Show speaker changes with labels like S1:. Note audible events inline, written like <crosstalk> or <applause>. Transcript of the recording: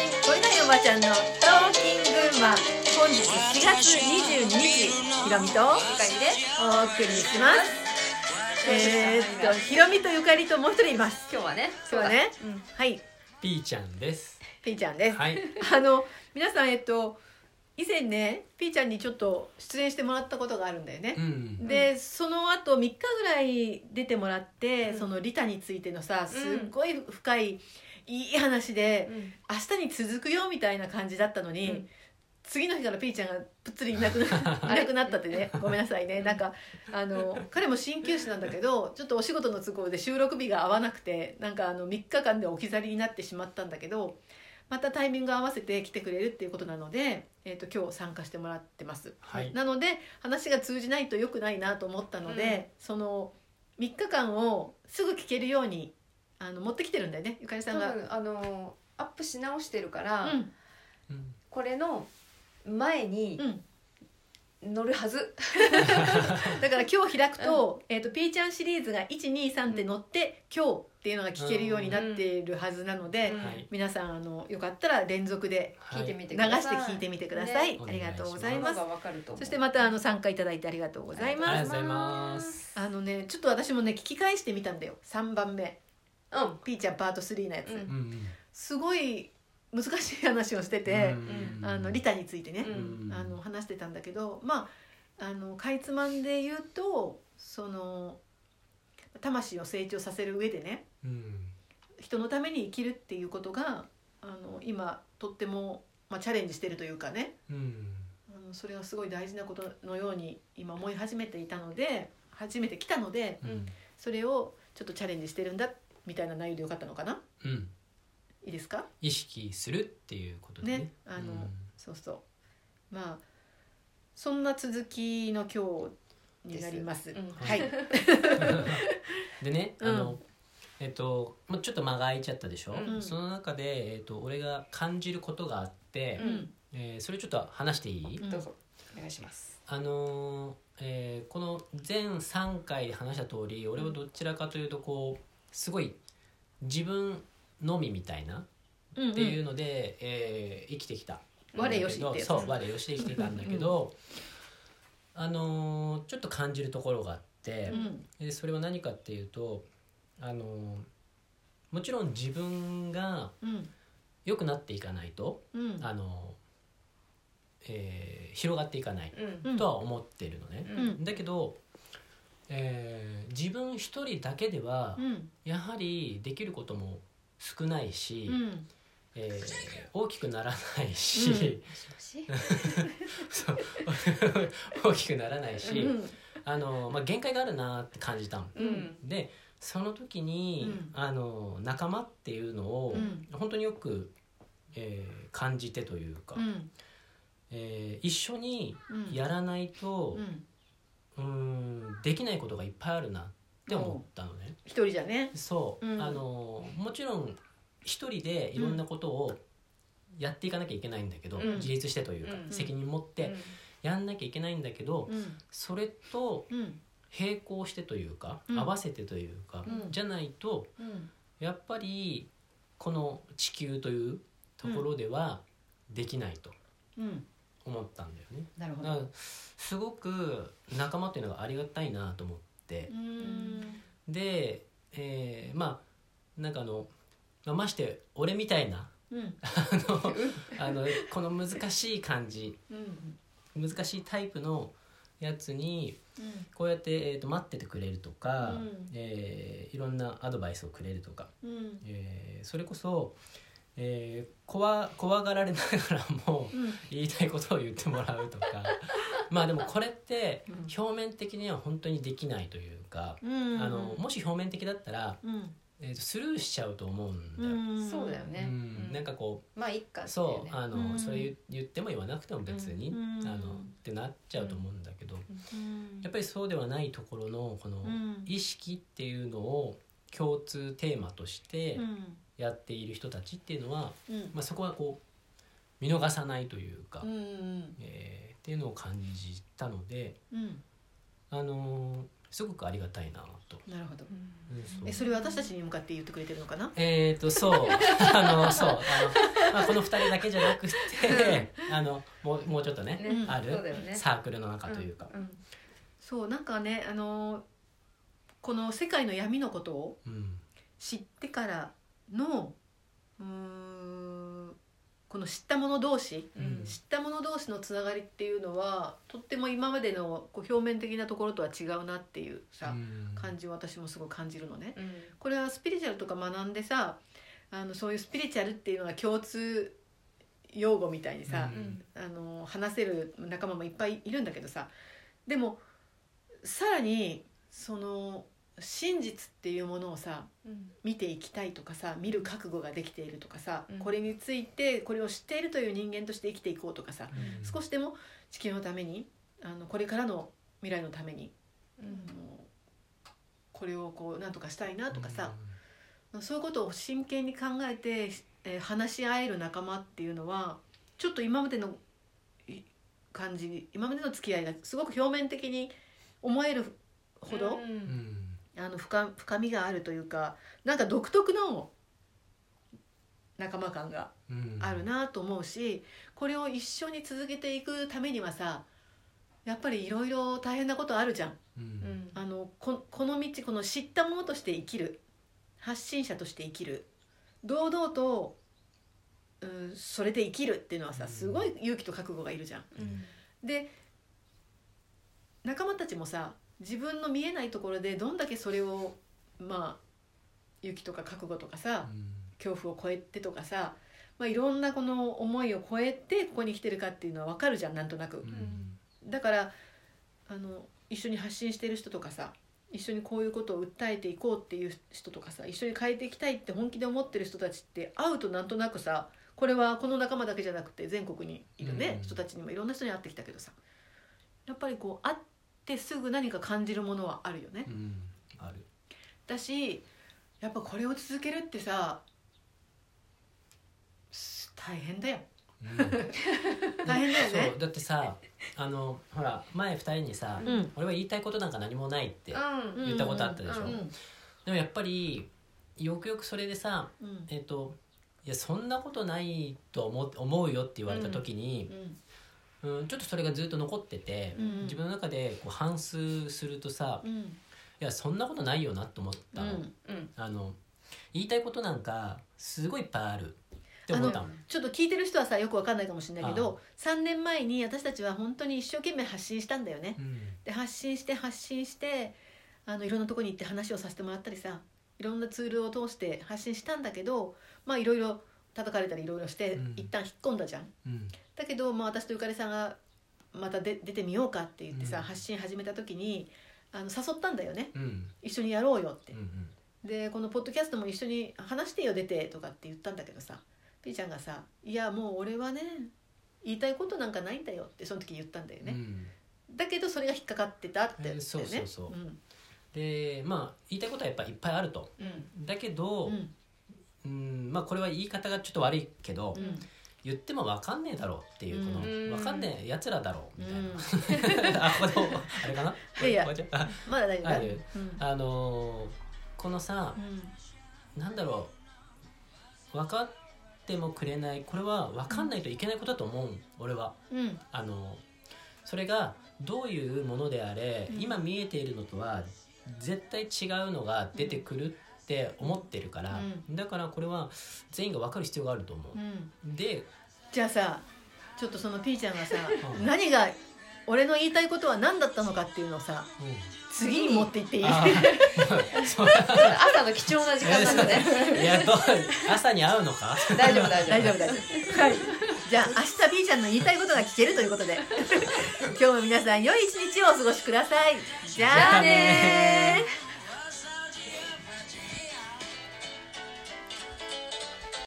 S1: とまちゃんのトーキングマン本日4月22日ひろみと
S2: ゆかりです
S1: お送りしますえー、っとひろみとゆかりともう一人います
S2: 今日はね
S1: 今日はね
S2: そうだうん
S1: はい
S3: ピーちゃんです。
S1: ピーちゃんです、
S3: はい。
S1: あの皆さんえっと以前ねピーちゃんにちょっと出演してもらったことがあるんだよね
S3: う、ん。
S1: で、その後3日ぐらい出てもらって、
S2: うん
S1: そのリタについてのさすっごい深い、いい話で、明日に続くよみたいな感じだったのに、
S2: うん
S1: 次の日からピーちゃんがぷっつりいなくないなくなったってねごめんなさいねなんかあの彼も鍼灸師なんだけどちょっとお仕事の都合で収録日が合わなくてなんかあの3日間で置き去りになってしまったんだけどまたタイミング合わせて来てくれるっていうことなので、えー、と今日参加してもらってます。
S3: はい。
S1: なので話が通じないと良くないなと思ったので、その3日間をすぐ聞けるようにあの持ってきてるんだよねゆかりさん
S2: 多
S1: が。
S2: 分あのアップし直してるか
S1: う
S2: ら、
S1: ん
S3: うん
S2: これの前に
S1: うん、
S2: 乗るはず、
S1: <laughs> だから今日開くと,、えー、とピーちゃんシリーズが123って載って、今日っていうのが聞けるようになっているはずなので、
S2: うん
S3: はい。
S1: 皆さんあのよかったら連続で
S3: は
S2: 聞いてみ
S1: 流
S2: て
S1: して
S2: くださ
S1: 聞
S2: い
S1: いてみてください、
S3: ね
S1: ありがとうござい
S3: み
S1: ま
S2: ますがわかると思う
S1: そしてまたあの参加いただいてありがとうござい
S3: ありが
S1: ま
S3: と
S1: す
S3: うございます。
S1: あのねちょっと私もね聞き返してみたんだよ3番目
S2: うん
S1: ピーちゃんパート3のやつ、
S2: うん
S3: うん。
S1: すごい難しい話をしてて、
S3: うん
S1: あのリ。タについてね、
S3: うん
S1: あの。話してたんだけどまああのかいつまんで言うとその魂を成長させる上でね
S3: うん。
S1: 人のために生きるっていうことがあの今とっても、まあ、チャレンジしてるというかね
S3: うん。
S1: あのそれがすごい大事なことのように今思い始めていたので初めて来たので
S3: うん。
S1: それをちょっとチャレンジしてるんだみたいな内容でよかったのかな
S3: うん。
S1: いいですか
S3: 意識するっていうことで
S1: ね
S3: ね。
S1: あのそうそうまあそんな続きの今日になります
S2: ですうん
S1: はい、
S3: うん <laughs> でね、あ
S1: うん
S3: の。えっと、もうちょっと間が空いちゃったでしょ
S2: うん
S3: その中で、えっと、俺が感じることがあって
S1: う。ん
S3: えーそれちょっと話していい。
S1: うん
S2: どうぞお願いします
S3: あのーえーこの全3回で話した通り俺はどちらかというとこうすごい自分のみみたいな
S1: うん
S3: っていうので、えー生きてきた
S1: 我よしってやつ
S3: そう我よしで生きてきたんだけど、あのーちょっと感じるところがあって
S1: う、ん
S3: でそれは何かっていうと、あのーもちろん自分が
S1: うん
S3: 良くなっていかないと、
S1: うん
S3: あのーえー広がっていかない
S2: うん
S1: うん
S3: とは思ってるのね。
S2: うん
S3: だけど、えー自分一人だけでは
S1: うん
S3: やはりできることも少ないし、
S1: うん
S3: えー大きくならないし、
S1: うん
S3: そう <laughs> 大きくならないし、
S1: うん
S3: あのまあ、限界があるなって感じたの。
S2: うん
S3: でその時に、
S1: うん
S3: あの仲間っていうのを、
S1: うん
S3: 本当によく、えー感じてというか、
S1: うん
S3: えー一緒に
S1: うん
S3: やらないと
S1: う、ん
S3: うーんできないことがいっぱいあるなって思ったのね。
S1: 一人じゃね
S3: そう、
S1: うん
S3: あのもちろん一人でいろんなことをやっていかなきゃいけないんだけど、
S2: うん
S3: 自立してというか、
S2: うん
S3: 責任持っ
S2: う
S3: て
S2: ん
S3: やんなきゃいけないんだけど、
S1: うん
S3: それと
S1: うん
S3: 並行してというか、
S1: うん
S3: 合わせてというか、
S2: うん
S3: じゃないと
S1: うん
S3: やっぱりこの地球というところではできないと
S1: うん
S3: 思ったんだよね。
S1: なるほ
S3: だか
S1: ど
S3: らすごく仲間っていうのがありがたいなと思って。
S1: うん
S3: で、えーまあなんかあのまあまして俺みたいな
S1: うん
S3: あのあの <laughs> この難しい感じ
S1: うん
S3: 難しいタイプのやつにこうやって、えー、と待っててくれるとか、
S1: うん
S3: えーいろんなアドバイスをくれるとか、
S1: うん
S3: えーそれこそ、えー怖怖がられながらも <laughs>
S1: うん
S3: 言いたいことを言ってもらうとか <laughs> まあでもこれって
S1: うん
S3: 表面的には本当にできないというか、
S1: うん
S3: あのもし表面的だったら
S1: うん
S3: えーとスルーしちゃうと思うんだよ。
S1: うん
S2: そうだよね
S3: うん
S2: うん
S3: なんかこ
S2: まあいっかっ
S3: う
S2: てい
S3: そう
S2: ね
S3: あの、
S1: うん
S3: それ言言っても言わなくても別に、
S1: うん
S3: あのってなっちゃうと思うんだけど、
S1: うん
S3: やっぱりそうではないところのこの
S1: うん
S3: 意識っていうのを共通テーマとして
S1: うん
S3: やっている人たちっていうのは、
S1: うん
S3: まあ、そこはこう見逃さないというか、
S2: うんうん
S3: えーっていうのを感じたので、
S1: うん
S3: あのーすごくありがたいなと。
S1: なるほど
S3: うんそう
S1: えそれ私たちに向かって言ってくれてるのかな
S3: えー、とそうあのそうあの、まあ、この2人だけじゃなくてあのもうもうちょっとね
S2: ね
S1: うん
S3: ある
S2: そうだよね
S3: サークルの中というか、
S2: うんうん
S1: そうなんかねあのこの世界の闇のことを
S3: うん
S1: 知ってからのうーんこの知った者同士
S2: うん
S1: 知った者同士のつながりっていうのはとっても今までのこう表面的なところとは違うなっていうさ、
S3: うん
S1: 感じを私もすごい感じるのね。
S2: うん
S1: これはスピリチュアルとか学んでさあのそういうスピリチュアルっていうのが共通用語みたいにさ、
S3: うん
S1: あの話せる仲間もいっぱいいるんだけどさでもさらにその真実っていうものをさ
S2: うん
S1: 見ていきたいとかさ見る覚悟ができているとかさ、
S2: うん
S1: これについてこれを知っているという人間として生きていこうとかさ、
S3: うん
S1: 少しでも地球のためにあのこれからの未来のために、
S2: うん
S1: もうこれをこうなんとかしたいなとかさ、そういうことを真剣に考えて、えー話し合える仲間っていうのはちょっと今までのい感じ今までの付き合いがすごく表面的に思えるほど、
S2: うん
S3: うんうん
S1: あの深深みがあるというかなんか独特の仲間感が
S3: うん
S1: あるなと思うし、これを一緒に続けていくためにはさやっぱりいろいろ大変なことあるじゃん。
S3: うん
S2: うん
S1: あのここの道この知ったものとして生きる発信者として生きる堂々と、うん、それで生きるっていうのは
S3: う
S1: さ
S3: ん
S1: すごい勇気と覚悟がいるじゃん。
S2: うん
S1: で仲間たちもさ自分の見えないところでどんだけそれをまあ勇気とか覚悟とかさ恐怖を超えてとかさ、まあ、いろんなこの思いを超えてここに来てるかっていうのは分かるじゃんなんとなく。
S3: うん
S1: だからあの一緒に発信してる人とかさ一緒にこういうことを訴えていこうっていう人とかさ一緒に変えていきたいって本気で思ってる人たちって会うとなんとなくさこれはこの仲間だけじゃなくて全国にいるね、
S3: うん
S1: 人たちにもいろんな人に会ってきたけどさやっぱりこう会ってすぐ何か感じるものはあるよね。
S3: うんある
S1: だしやっぱこれを続けるってさす大変だよ
S3: うん
S1: 大変だよね
S3: そ。うだってさあのほら前2人にさ、
S2: うん
S1: うん
S3: 俺は言いたいことなんか何もないって
S2: うん
S3: 言ったことあったでしょ、
S2: うん
S3: でもやっぱりよくよくそれでさ
S1: うんうん
S3: えっ、といやそんなことないと思う思うよって言われた時に、うんちょっとそれがずっと残ってて、
S1: うん
S3: 自分の中でこう反数するとさ、
S1: う
S3: い
S1: ん
S3: やそんなことないよなと思った
S1: う
S3: の、
S1: ん
S2: うん
S3: あの言いたいことなんかすごいいっぱいあるって思ったの
S2: あの
S1: ちょっと聞いてる人はさよくわかんないかもしれないけど3年前に私たちは本当に一生懸命発信したんだよね。
S3: うん
S1: で発信して発信してあのいろんなとこに行って話をさせてもらったりさいろんなツールを通して発信したんだけどまあいろいろ叩かれたりいろいろして、
S3: うん
S1: 一旦引っ込んだじゃん。
S3: うん
S1: だけど、まあ、私とゆかりさんがまたで出てみようかって言ってさ、
S3: うん
S1: 発信始めた時にあの誘ったんだよね
S3: うんうん
S1: 一緒にやろうよって
S3: う。ん
S1: でこのポッドキャストも一緒に話してよ出てとかって言ったんだけどさピーちゃんがさ「いやもう俺はね言いたいことなんかないんだよ」ってその時言ったんだよ
S3: う
S1: ね、
S3: ん
S1: だけどそれが引っかかってたって、
S3: えーそうそうそう
S1: うん
S3: でまあ言いたいことはやっぱいっぱいあると
S2: うん
S3: だけど、
S1: う
S3: うん
S1: ん
S3: まあ、これは言い方がちょっと悪いけど、
S1: うん
S3: 言っても分かんねえだろうっていうこの、
S2: うん
S3: 分かんねえやつらだろうみたいな、
S1: うん
S3: <laughs> あここのあれかな。
S1: いやいや
S3: ここじゃあ
S1: まだ大丈夫
S3: あ
S1: だ
S3: る
S1: うん
S3: あのーこのさ、なんだろう分かってもくれないこれは分かんないといけないことだと思う、俺は
S1: うんうん
S3: あのーそれがどういうものであれ、
S1: うん
S3: 今見えているのとは絶対違うのが出てくるって思ってるから、だからこれは全員が分かる必要があると思
S1: う
S3: う、
S1: ん
S3: で
S1: じゃあさちょっとそのピーちゃんがさ
S3: うん
S1: 何が俺の言いたいことは何だったのかっていうのをさ
S3: う
S1: 次に持っていっていい
S3: ん、
S1: <laughs>
S3: あーそう
S2: 朝の貴重な時間なんだ <laughs> ね
S3: やっと朝に会うのか
S2: 大丈夫大丈夫
S1: 大丈夫大丈夫はいじゃあ明日 B ちゃんの言いたいことが聞けるということ
S2: <laughs>
S1: で今日も皆さん良い一日をお過ごしくださいじゃあねー